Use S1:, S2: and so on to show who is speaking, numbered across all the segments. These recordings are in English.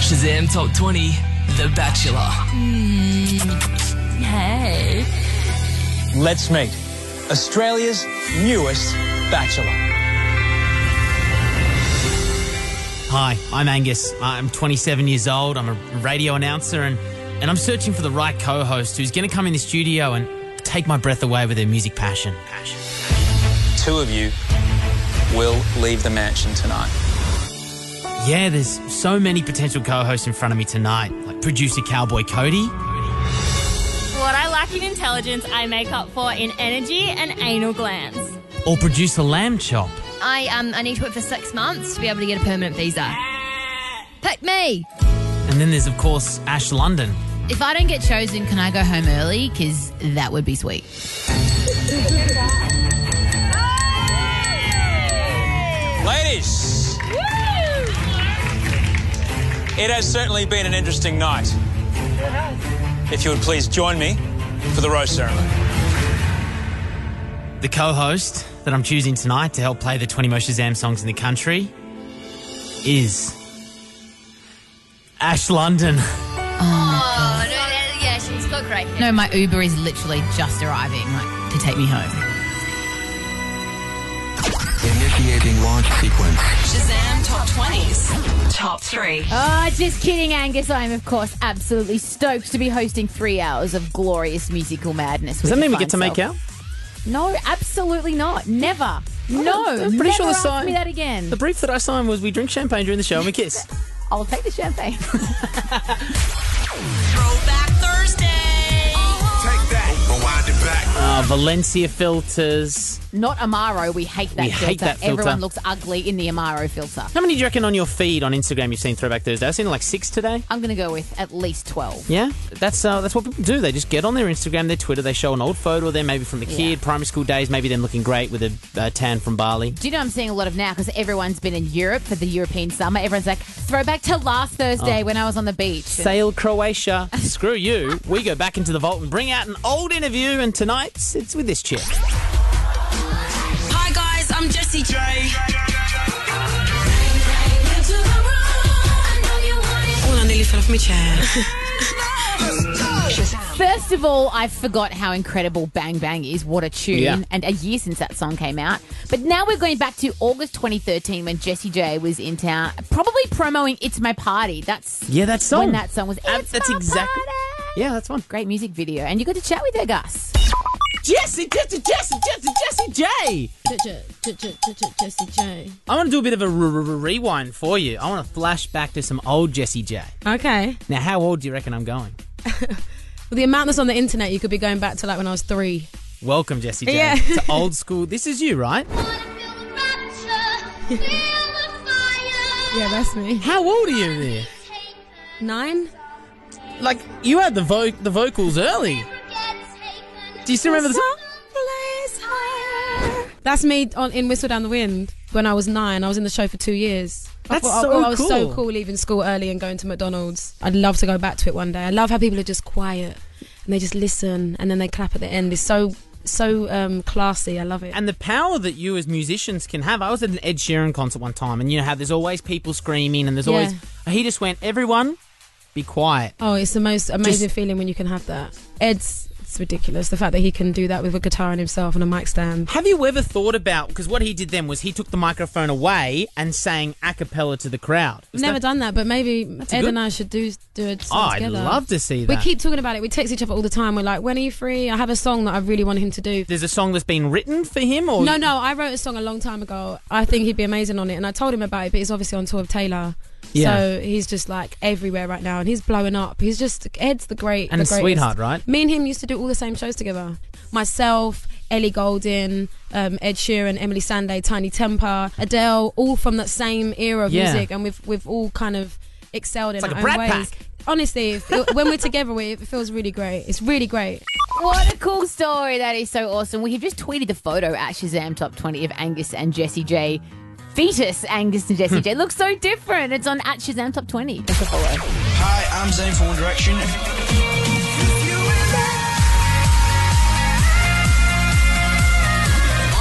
S1: Shazam Top 20 The Bachelor.
S2: Hey.
S3: Let's Mate, Australia's newest bachelor.
S4: Hi, I'm Angus. I'm 27 years old. I'm a radio announcer and, and I'm searching for the right co host who's going to come in the studio and take my breath away with their music passion. Passion.
S3: Two of you will leave the mansion tonight.
S4: Yeah, there's so many potential co hosts in front of me tonight, like producer Cowboy Cody.
S2: What I lack in intelligence, I make up for in energy and anal glands.
S4: Or producer Lamb Chop.
S5: I um I need to work for six months to be able to get a permanent visa. Pick me.
S4: And then there's, of course, Ash London.
S5: If I don't get chosen, can I go home early? Because that would be sweet.
S3: Ladies! It has certainly been an interesting night. If you would please join me for the rose ceremony.
S4: The co host that I'm choosing tonight to help play the 20 most Shazam songs in the country is Ash London.
S5: Oh no, yeah, she's got great. No, my Uber is literally just arriving, like to take me home.
S6: Initiating launch sequence.
S7: Shazam Top 20s. Top 3.
S8: Ah, just kidding, Angus. I am, of course, absolutely stoked to be hosting three hours of glorious musical madness.
S9: Does that mean we get to make out?
S8: No, absolutely not. Never.
S9: Oh,
S8: No.
S9: I'm pretty sure the
S8: never ask
S9: sign-
S8: me that again.
S9: The brief that I signed was we drink champagne during the show and we kiss.
S8: I'll take the champagne.
S7: Throwback Thursday.
S10: Take that. Rewind it back.
S9: uh, Valencia filters.
S8: not Amaro. We hate that
S9: We
S8: filter.
S9: hate that filter.
S8: Everyone looks ugly in the Amaro filter.
S9: How many do you reckon on your feed on Instagram you've seen Throwback Thursday? I've seen like six today.
S8: I'm going to go with at least 12.
S9: Yeah, that's uh, that's what people do. They just get on their Instagram, their Twitter, they show an old photo of them, maybe from the kid,
S8: Yeah.
S9: primary school days, maybe them looking great with a uh, tan from Bali.
S8: Do you know I'm seeing a lot of now because everyone's been in Europe for the European summer. Everyone's like, throwback to last Thursday
S9: Oh.
S8: when I was on the beach.
S9: Sail Croatia. Screw you. We go back into the vault and bring out an old interview, and tonight's it's with this chick.
S7: Hi, guys. I'm Jesse J. Oh, I nearly fell off my chair.
S8: First of all, I forgot how incredible Bang Bang is. What a tune.
S9: Yeah.
S8: And a year since that song came out. But now we're going back to August 2013 when Jessie J was in town, probably promoting It's My Party. That's
S9: Yeah, that song.
S8: when that song was
S9: Uh,
S8: It's
S9: that's
S8: My
S9: exactly.
S8: Party.
S9: Yeah, that's one.
S8: Great music video. And you got to chat with her, Gus.
S9: Jesse, Jesse, Jesse, Jesse, Jesse J.
S11: Jesse J.
S9: I want to do a bit of a re- re- rewind for you. I want to flash back to some old Jesse J.
S11: Okay.
S9: Now, how old do you reckon I'm going?
S11: Well, the amount that's on the internet, you could be going back to like when I was three.
S9: Welcome, Jesse J.
S11: Yeah.
S9: to old school. This is you, right?
S11: Yeah, that's me.
S9: How old are you there?
S11: Nine?
S9: Like you had the vo- the vocals early. Do you still remember the song?
S11: That's me on in Whistle Down the Wind when I was nine. I was in the show for two years.
S9: That's
S11: I thought, I-
S9: so
S11: I, was so
S9: cool.
S11: cool leaving school early and going to McDonald's. I'd love to go back to it one day. I love how people are just quiet and they just listen and then they clap at the end. It's so so um, classy. I love it.
S9: And the power that you as musicians can have. I was at an Ed Sheeran concert one time, and you know how there's always people screaming, and there's
S11: Yeah.
S9: always he just went, everyone, be quiet.
S11: Oh, it's the most amazing
S9: Just-
S11: feeling when you can have that. Ed's it's ridiculous. The fact that he can do that with a guitar and himself and a mic stand.
S9: Have you ever thought about because what he did then was he took the microphone away and sang a cappella to the crowd. Was
S11: Never
S9: that-
S11: done that, but maybe
S9: a
S11: Ed
S9: good-
S11: and I should do do it
S9: Oh, I'd
S11: together.
S9: love to see
S11: We
S9: that.
S11: keep talking about it. We text each other all the time. We're like, "When are you free?" I have a song that I really want him to do.
S9: There's a song that's been written for him, or
S11: No, no, I wrote a song a long time ago. I think he'd be amazing on it, and I told him about it. But he's obviously on tour with Taylor,
S9: Yeah.
S11: so he's just like everywhere right now, and he's blowing up. He's just Ed's the great
S9: and
S11: the
S9: a
S11: greatest.
S9: sweetheart, right?
S11: Me and him used to do all the same shows together. Myself, Ellie Goldin, um, Ed Sheeran, Emily Sande, Tiny Temper, Adele, all from that same era of
S9: Yeah.
S11: music, and we've we've all kind of excelled in
S9: like
S11: our
S9: a
S11: own
S9: Brat
S11: ways.
S9: Pack.
S11: Honestly, it feel- when we're together, we- it feels really great. It's really great.
S8: What a cool story. That is so awesome. We have just tweeted the photo at Shazam Top 20 of Angus and Jesse J. Fetus Angus and Jesse J. Looks so different. It's on at Shazam Top 20. It's a follow.
S6: Hi, I'm Zane from One Direction.
S7: On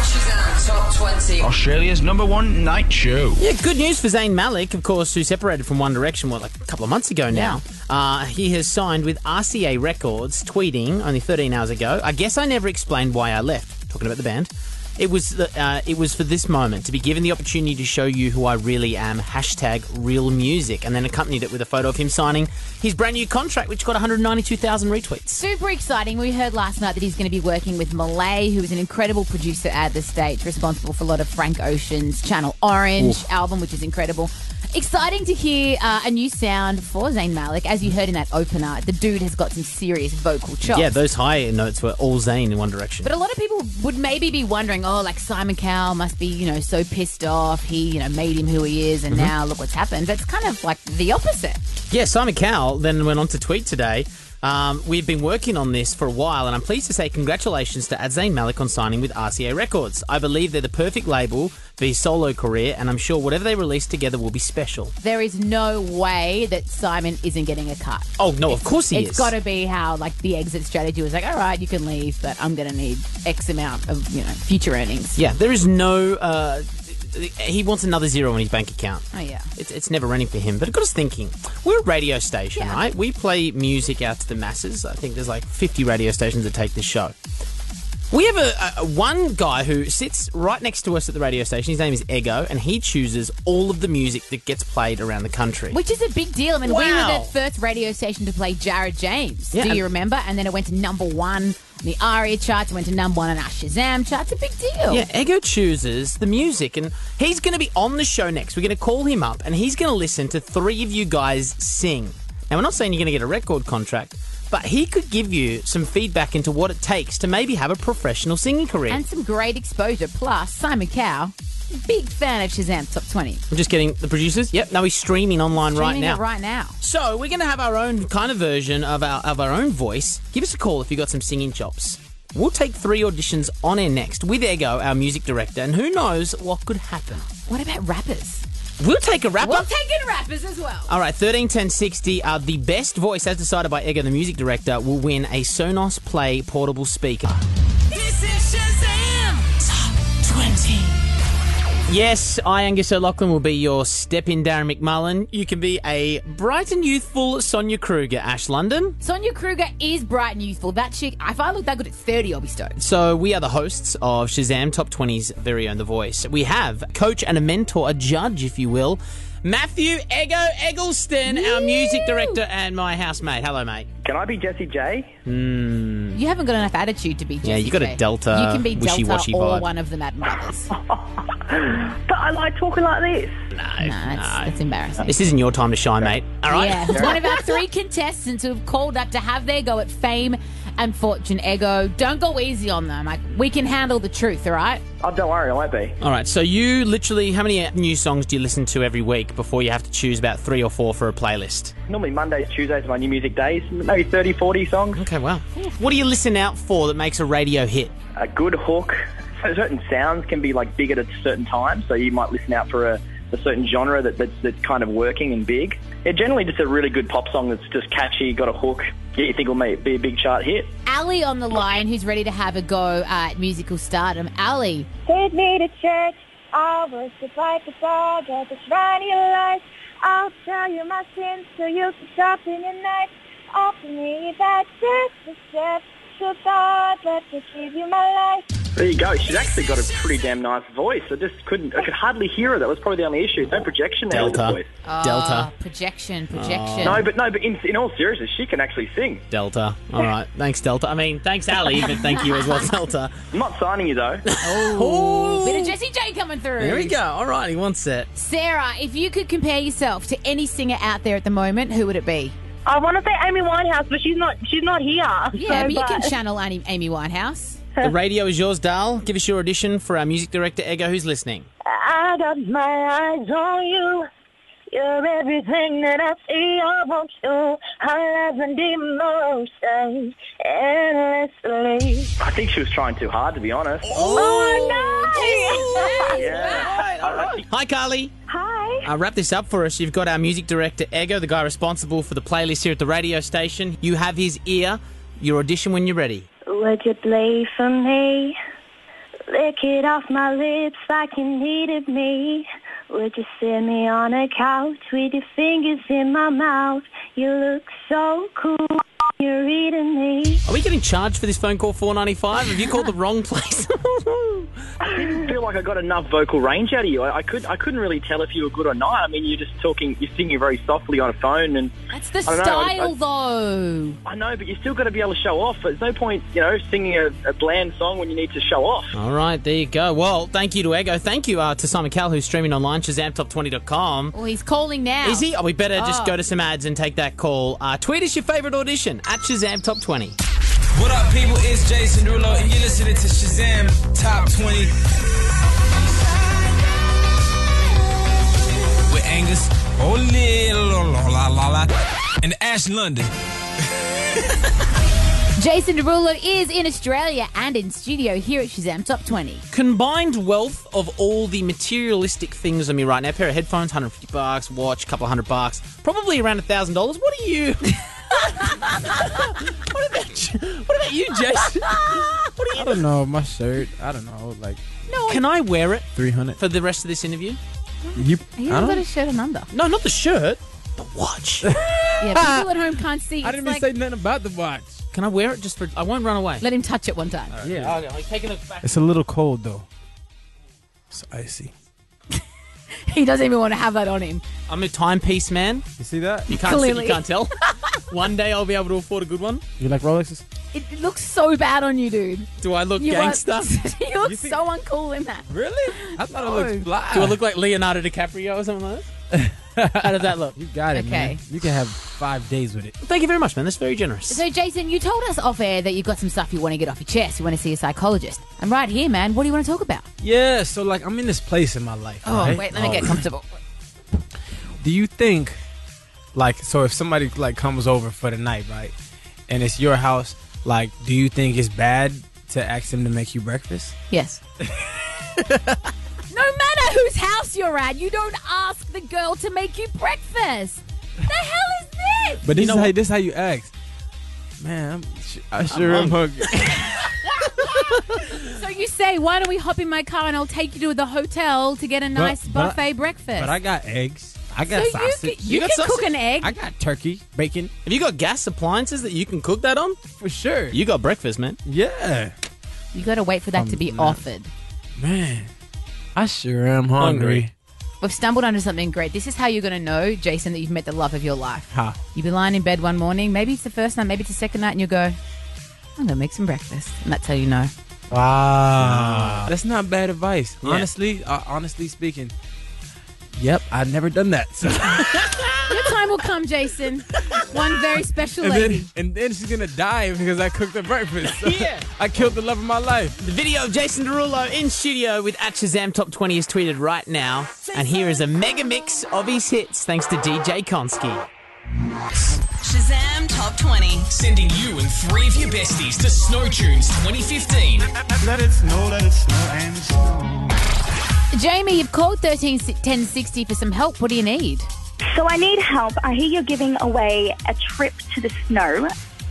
S7: Shazam Top 20.
S6: Australia's number one night show.
S9: Yeah, good news for Zayn Malik, of course, who separated from One Direction what, like a couple of months ago now. Uh, he has signed with RCA Records, tweeting only 13 hours ago. I guess I never explained why I left. Talking about the band, it was the, uh, it was for this moment to be given the opportunity to show you who I really am. Hashtag real music, and then accompanied it with a photo of him signing his brand new contract, which got 192,000 retweets.
S8: Super exciting. We heard last night that he's going to be working with Malay, who is an incredible producer at the stage, responsible for a lot of Frank Ocean's Channel Orange
S12: Oof.
S8: album, which is incredible. Exciting to hear uh, a new sound for Zayn Malik. As you heard in that opener, the dude has got some serious vocal chops.
S9: Yeah, those high notes were all Zayn in One Direction.
S8: But a lot of people would maybe be wondering, oh, like Simon Cowell must be, you know, so pissed off. He, you know, made him who he is, and
S9: Mhm.
S8: now look what's happened. That's kind of like the opposite.
S9: Yeah, Simon Cowell then went on to tweet today. Um, we've been working on this for a while, and I'm pleased to say congratulations to Adzane Malik on signing with RCA Records. I believe they're the perfect label for his solo career, and I'm sure whatever they release together will be special.
S8: There is no way that Simon isn't getting a cut.
S9: Oh no, of course he
S8: It's
S9: is.
S8: got to be how like the exit strategy was like, all right, you can leave, but I'm going to need X amount of you know future earnings.
S9: Yeah, there is no. Uh, he wants another zero in his bank account.
S8: Oh yeah.
S9: It's, it's never running for him, but it got us thinking. We're a radio station, right? We play music out to the masses. I think there's like 50 radio stations that take this show. We have a, a- a one guy who sits right next to us at the radio station. His name is Ego, and he chooses all of the music that gets played around the country.
S8: Which is a big deal. I mean, we were
S9: Wow.
S8: the first radio station to play Jared James.
S9: Yeah,
S8: Do
S9: and-
S8: you remember? And then it went to number one on the ARIA charts, it went to number one on our Shazam charts. A big deal.
S9: Yeah, Ego chooses the music, and he's going to be on the show next. We're going to call him up, and he's going to listen to three of you guys sing. Now, we're not saying you're going to get a record contract, but he could give you some feedback into what it takes to maybe have a professional singing career.
S8: And some great exposure. Plus, Simon Cow, big fan of Shazam Top 20.
S9: I'm just getting the producers. Yep, now he's streaming online right
S8: Streaming
S9: now.
S8: it right now.
S9: So we're going to have our own kind of version of our of our own voice. Give us a call if you got some singing chops. We'll take three auditions on air next with Ego, our music director, and who knows what could happen.
S8: What about rappers?
S9: We'll take a rapper.
S8: We'll take in rappers as well.
S9: All right, thirteen ten sixty. Uh, the best voice, as decided by Ego, the music director, will win a Sonos Play portable speaker.
S7: This is
S9: Oh.
S7: Shazam Top 20.
S9: Yes, I, Angus O'Loughlin, will be your step in Darren McMullen. You can be a bright and youthful Sonia Kruger, Ash London.
S8: Sonia Kruger is bright and youthful. That chick, if I look that good at 30, I'll be stoked.
S9: So, we are the hosts of Shazam Top 20's very own The Voice. We have a coach and a mentor, a judge, if you will, Matthew Ego Eggleston, our music director and my housemate. Hello, mate.
S13: Can I be Jesse J?
S9: Hmm.
S8: You haven't got enough attitude to be Jessie
S9: Yeah, you got a
S8: J.
S9: Delta
S8: You can be Delta
S9: wishy-washy
S8: or
S9: vibe.
S8: one of the Mad Mothers.
S13: But I like talking like this.
S9: No,
S8: that's, that's embarrassing.
S9: This isn't your time to shine, mate. All right?
S8: Yeah, it's one of our three contestants who've called up to have their go at fame and fortune. Ego, don't go easy on them. Like we can handle the truth, all right?
S13: Oh, don't worry, I won't be.
S9: All right, so you literally, how many new songs do you listen to every week before you have to choose about three or four for a playlist?
S13: Normally Mondays, Tuesdays are my new music days. Maybe 30, 40 songs.
S9: Okay, wow. What do you listen out for that makes a radio hit?
S13: A good hook. So certain sounds can be like big at a certain time, so you might listen out for a, a certain genre that, that's, that's kind of working and big. Yeah, generally just a really good pop song that's just catchy, got a hook, yeah, you think will make, be a big chart hit.
S8: Ali on the line, who's ready to have a go at musical stardom. Ali,
S14: Take me to church. I worship like a dog at the shrine of your life. I'll tell you my sins so you can sharpen your knife. Offer me that just a step. So God, let me give you my life.
S13: There you go. She's actually got a pretty damn nice voice. I just couldn't, I could hardly hear her. That was probably the only issue. No projection there with the voice.
S8: Ah.
S9: Delta.
S8: Oh,
S9: Oh.
S8: projection, projection.
S13: No, but no, but in, in all seriousness, she can actually sing.
S9: Delta. All right, thanks, Delta. I mean, thanks, Ali, but thank you as well, Delta.
S13: I'm not signing you, though.
S8: Oh, bit of Jesse J coming through.
S9: There we go. All right, he wants it.
S8: Sarah, if you could compare yourself to any singer out there at the moment, who would it be?
S14: I want to say Amy Winehouse, but she's not. She's not here.
S8: Yeah,
S14: so,
S8: but you can
S14: but-
S8: channel Amy Amy Winehouse.
S9: The radio is yours, Dal. Give us your audition for our music director, Ego, who's listening.
S14: I got my eyes on you. You're everything that I see. I want you. I love and emotions endlessly.
S13: I think she was trying too hard, to be honest.
S14: Oh, nice!
S13: Yeah.
S9: Hi, Carly.
S14: Hi.
S9: Uh, wrap this up for us. You've got our music director, Ego, the guy responsible for the playlist here at the radio station. You have his ear. Your audition when you're ready.
S14: Would you play for me?
S15: Lick it off my lips like you needed me. Would you sit me on a couch with your fingers in my mouth? You look so cool. You're eating me.
S9: Are we getting charged for this phone call 495? Have you called the wrong place?
S11: I didn't feel like I got enough vocal range out of you. I, I could I couldn't really tell if you were good or not. I mean, you're just talking, you're singing very softly on a phone, and
S8: that's the
S11: I don't know, I- I-
S8: style, though.
S11: I know, but you still got to be able to show off. There's no point, you know, singing a, a bland song when you need to show off.
S9: All right, there you go. Well, thank you to Ego. Thank you uh, to Simon Cal, who's streaming online, ShazamTop20.com.
S8: Well, Oh, he's calling now.
S9: Is he? Oh, we better just
S8: Oh.
S9: go to some ads and take that call. Uh, tweet us your favourite audition at Shazam Top 20.
S16: What up, people? It's Jason Rulo, and you're listening to Shazam Top 20 with Angus Olilololala and Ash London.
S8: Jason Derulo is in Australia and in studio here at Shazam Top 20.
S9: Combined wealth of all the materialistic things on me right now pair of headphones, 150 bucks, watch, couple of hundred bucks, probably around $1,000. What are you? what, about you? what about you, Jason?
S17: I don't know. My shirt. I don't know. Like
S9: No, Can I wear it
S17: three hundred.
S9: for the rest of this interview?
S17: You. I
S8: He hasn't got
S17: don't.
S8: his shirt on under.
S9: No, not the shirt, the watch.
S8: Yeah, people at home can't see.
S17: Ah! I
S8: It's
S17: didn't
S8: like,
S17: even say nothing about the watch.
S9: Can I wear it just for? I won't run away.
S8: let him touch it one time.
S17: Yeah.
S9: Oh, no, he's taking it back.
S17: It's a little cold though. It's icy.
S8: He doesn't even want to have that on him.
S9: I'm a timepiece man.
S17: You see that?
S9: You can't, see, you
S8: Clearly.
S9: can't tell. One day I'll be able to afford a good one.
S17: You like Rolexes?
S8: It it looks so bad on you, dude.
S9: Do I look
S8: You are-
S9: gangster?
S8: you look so uncool in that.
S17: Really? I thought it looked fly.
S9: Do I look like Leonardo DiCaprio or something like that? How did that look?
S17: You got it, man.
S8: Okay.
S17: You can have five days with it.
S9: Thank you very much, man. That's very generous.
S8: So, Jason, you told us off air that you've got some stuff you want to get off your chest. You want to see a psychologist. I'm right here, man. What do you want to talk about?
S17: Yeah. So like, I'm in this place in my life.
S8: Oh,
S17: right?
S8: wait, let me
S17: Oh.
S8: get comfortable.
S17: Do you think, like, so if somebody like comes over for the night, right, and it's your house, like, do you think it's bad to ask them to make you breakfast?
S8: Yes. No matter whose house you're at, you don't ask the girl to make you breakfast. The hell is this?
S17: But
S9: You
S17: this
S9: know
S17: is how
S9: what?
S17: this is how you ask. Man, I'm, su- I sure am hungry.
S8: So you say, why don't we hop in my car and I'll take you to the hotel to get a nice
S17: but I-
S8: buffet breakfast?
S17: But I got eggs. I got
S8: So you
S17: sausage.
S8: can- you You got can sausage? cook an egg?
S17: I got turkey, bacon
S9: Have you got gas appliances that you can cook that on?
S17: for sure.
S9: You got breakfast, man.
S17: Yeah,
S8: you got to wait for that
S17: Um,
S8: to be offered.
S17: man, I sure am hungry.
S8: We've stumbled onto something great. This is how you're going to know, Jason, that you've met the love of your life.
S17: Ha.
S8: You'll be lying in bed one morning. Maybe it's the first night, maybe it's the second night, and you'll go, I'm going to make some breakfast. And that's how you know.
S17: Wow, that's not bad advice.
S9: Yeah.
S17: Honestly, uh, honestly speaking. Yep, I've never done that. So.
S8: Your time will come, Jason. One very special
S17: and
S8: lady.
S17: then and then she's gonna die because I cooked her breakfast.
S9: Yeah.
S17: I killed the love of my life.
S9: The video of Jason Derulo in studio with at Shazam Top 20 is tweeted right now. And here is a mega mix of his hits thanks to DJ Konski.
S14: Shazam Top 20.
S18: Sending you and three of your besties to Snow Tunes 2015.
S19: Let it snow, let it snow and snow.
S8: Jamie, you've called 131060 for some help. What do you need?
S20: So I need help. I hear you're giving away a trip to the snow,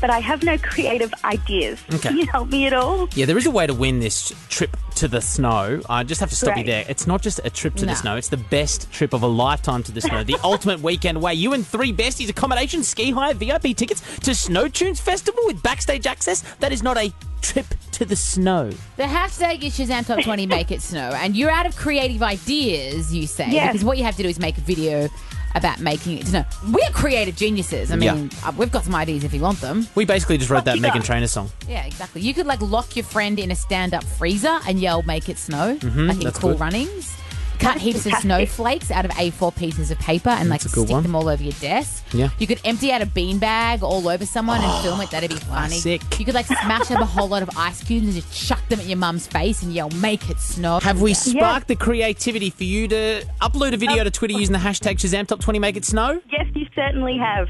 S20: but I have no creative ideas.
S9: Okay.
S20: Can you help me at all?
S9: Yeah, there is a way to win this trip to the snow. I just have to stop you
S20: Great.
S9: there. It's not just a trip to
S20: No.
S9: the snow, it's the best trip of a lifetime to the snow. The ultimate weekend away. You and three besties, accommodation, ski hire, VIP tickets to Snow Tunes Festival with backstage access. That is not a trip to the snow.
S8: The hashtag is Shazam Top 20 Make It Snow. And you're out of creative ideas, you say.
S20: Yes.
S8: Because what you have to do is make a video about making it snow. We're creative geniuses. I mean, uh we've got some ideas if you want them.
S9: We basically just wrote that
S8: you
S9: Megan
S8: got?
S9: Trainor song.
S8: Yeah, exactly. You could like lock your friend in a stand-up freezer and yell "Make it snow,"
S9: Mhm,
S8: like in
S9: that's
S8: Cool
S9: good.
S8: Runnings. Cut heaps of
S20: fantastic.
S8: snowflakes out of A4 pieces of paper and like
S9: That's a good
S8: stick
S9: one.
S8: them all over your desk.
S9: Yeah. Ah,
S8: You could empty out a beanbag all over someone and film it. That'd be funny.
S9: classic.
S8: You could like smash up a whole lot of ice cubes and just chuck them at your mum's face and yell "Make it snow."
S9: Have we sparked the creativity for you to upload a
S8: Um,
S9: video to
S8: oh.
S9: Twitter using the hashtag ShazamTop20 Make It Snow?
S20: Yes, you certainly have.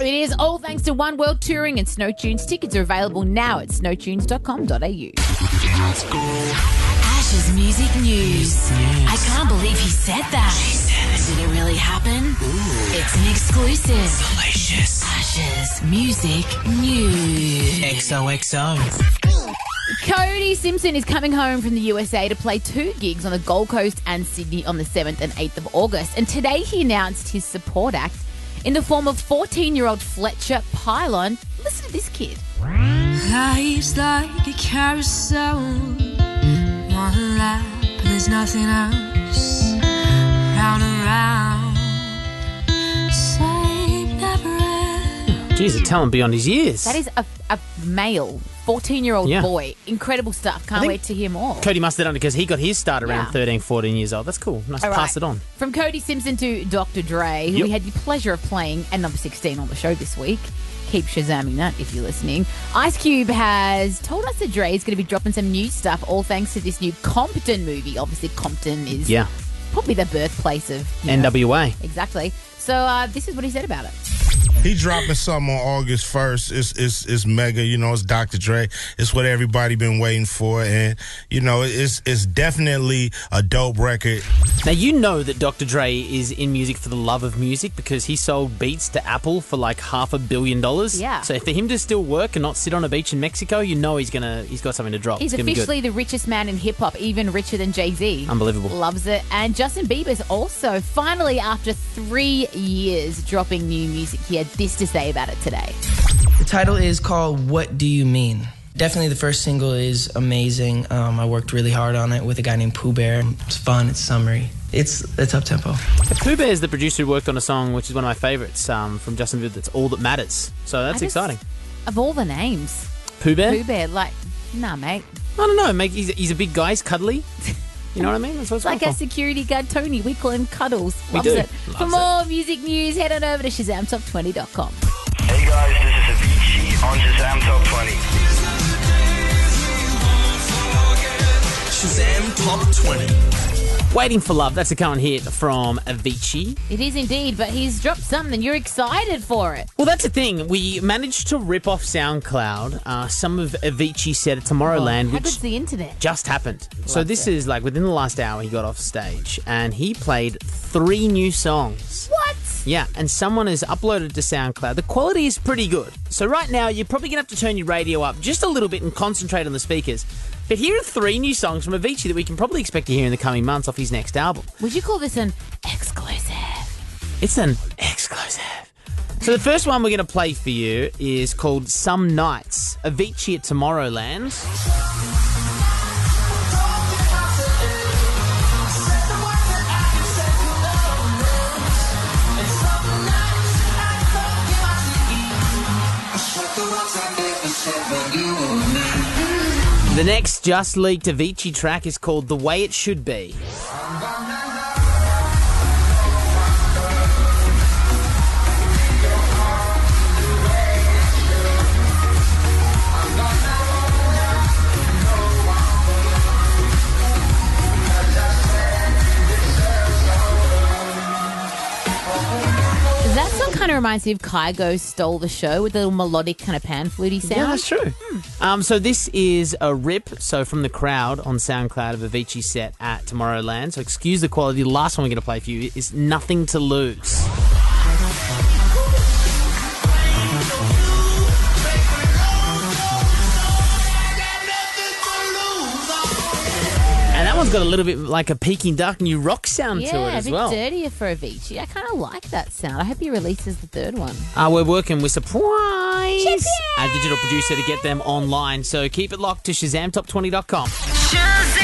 S8: It is all thanks to One World Touring and Snow Tunes. Tickets are available now at snowtunes.com.au.
S14: Ash's music news. I can't believe he said that. Did it really happen? It's an exclusive. Delicious. Ash's music news.
S9: XOXO.
S8: Cody Simpson is coming home from the USA to play two gigs on the Gold Coast and Sydney on the 7th and 8th of August. And today he announced his support act in the form of 14 year old Fletcher Pylon. Listen to this kid.
S15: Life's like a carousel. One lap, and there's nothing else. Round and round. Same never ends.
S9: Jeez, a talent beyond his years.
S8: That is a, a male, 14 year old
S9: Yeah.
S8: boy. Incredible stuff. Can't wait to hear more.
S9: Cody must have done it because he got his start around
S8: Yeah.
S9: 13, 14 years old. That's cool. Nice to
S8: All
S9: pass
S8: right.
S9: it on.
S8: From Cody Simpson to Dr. Dre, who we had the pleasure of playing at number 16 on the show this week. Keep shazamming that if you're listening. Ice Cube has told us that Dre is going to be dropping some new stuff, all thanks to this new Compton movie. Obviously, Compton is
S9: Yeah.
S8: probably the birthplace of you know,
S9: NWA.
S8: Exactly. So uh, this is what he said about it.
S19: He dropping something on August first. It's it's it's mega. You know, it's Dr. Dre. It's what everybody been waiting for, and you know, it's it's definitely a dope record.
S9: Now, you know that Dr. Dre is in music for the love of music because he sold beats to Apple for like half a billion dollars.
S8: Yeah.
S9: So for him to still work and not sit on a beach in Mexico, you know he's gonna he's got something to drop.
S8: He's
S9: it's gonna
S8: officially
S9: be
S8: the richest man in hip hop, even richer than Jay Z.
S9: Unbelievable.
S8: Loves it. And Justin Bieber's also finally, after three years, dropping new music. He had this to say about it today.
S17: The title is called What Do You Mean? Definitely the first single is amazing. Um, I worked really hard on it with a guy named Pooh Bear. It's fun, it's summery, it's, it's up tempo.
S9: good. Pooh Bear is the producer who worked on a song which is one of my favorites um, from Justin Bieber. That's all that matters. So that's
S8: I just-
S9: exciting.
S8: Of all the names,
S9: Pooh Bear.
S8: Pooh Bear, like, nah, mate.
S9: I don't know. Make, he's, he's a big guy. He's cuddly. You know what I mean? That's what it's
S8: like
S9: going
S8: our
S9: for.
S8: security guard Tony. We call him Cuddles.
S9: We
S8: Loves
S9: do.
S8: it. For
S9: Loves
S8: more music news, head on over to ShazamTop20.com.
S21: Hey guys, this is Avicii on Shazam Top 20.
S12: Shazam Top 20.
S9: Waiting for Love. That's a current hit from Avicii.
S8: It is indeed, but he's dropped something. You're excited for it.
S9: Well, that's the thing. We managed to rip off SoundCloud. Uh, some of Avicii said at Tomorrowland,
S8: Oh, How
S9: which
S8: good's the internet?
S9: just happened. so
S8: Loved
S9: this
S8: it.
S9: is like within the last hour he got off stage and he played three new songs.
S8: What?
S9: Yeah, and someone has uploaded to SoundCloud. The quality is pretty good. So right now you're probably gonna have to turn your radio up just a little bit and concentrate on the speakers. But here are three new songs from Avicii that we can probably expect to hear in the coming months off his next album.
S8: Would you call this an exclusive?
S9: It's an exclusive. So the first one we're going to play for you is called Some Nights, Avicii at Tomorrowland. The next just leaked Avicii track is called The Way It Should Be.
S8: That song kind of reminds me of Kygo Stole the Show with the little melodic kind of pan flutey sound.
S9: Yeah, that's true. Um, so this is a rip, so from the crowd on SoundCloud of Avicii set at Tomorrowland. So excuse the quality. The last one we're going to play for you is Nothing to Lose. And that one's got a little bit like a Peking Duck New Rock sound
S8: yeah,
S9: to it
S8: a
S9: as
S8: bit
S9: well.
S8: dirtier for Avicii. I kind of like that sound. I hope he releases the third one.
S9: Uh, we're working with Surprise, our digital producer, to get them online. So keep it locked to ShazamTop20.com.
S7: Shazam!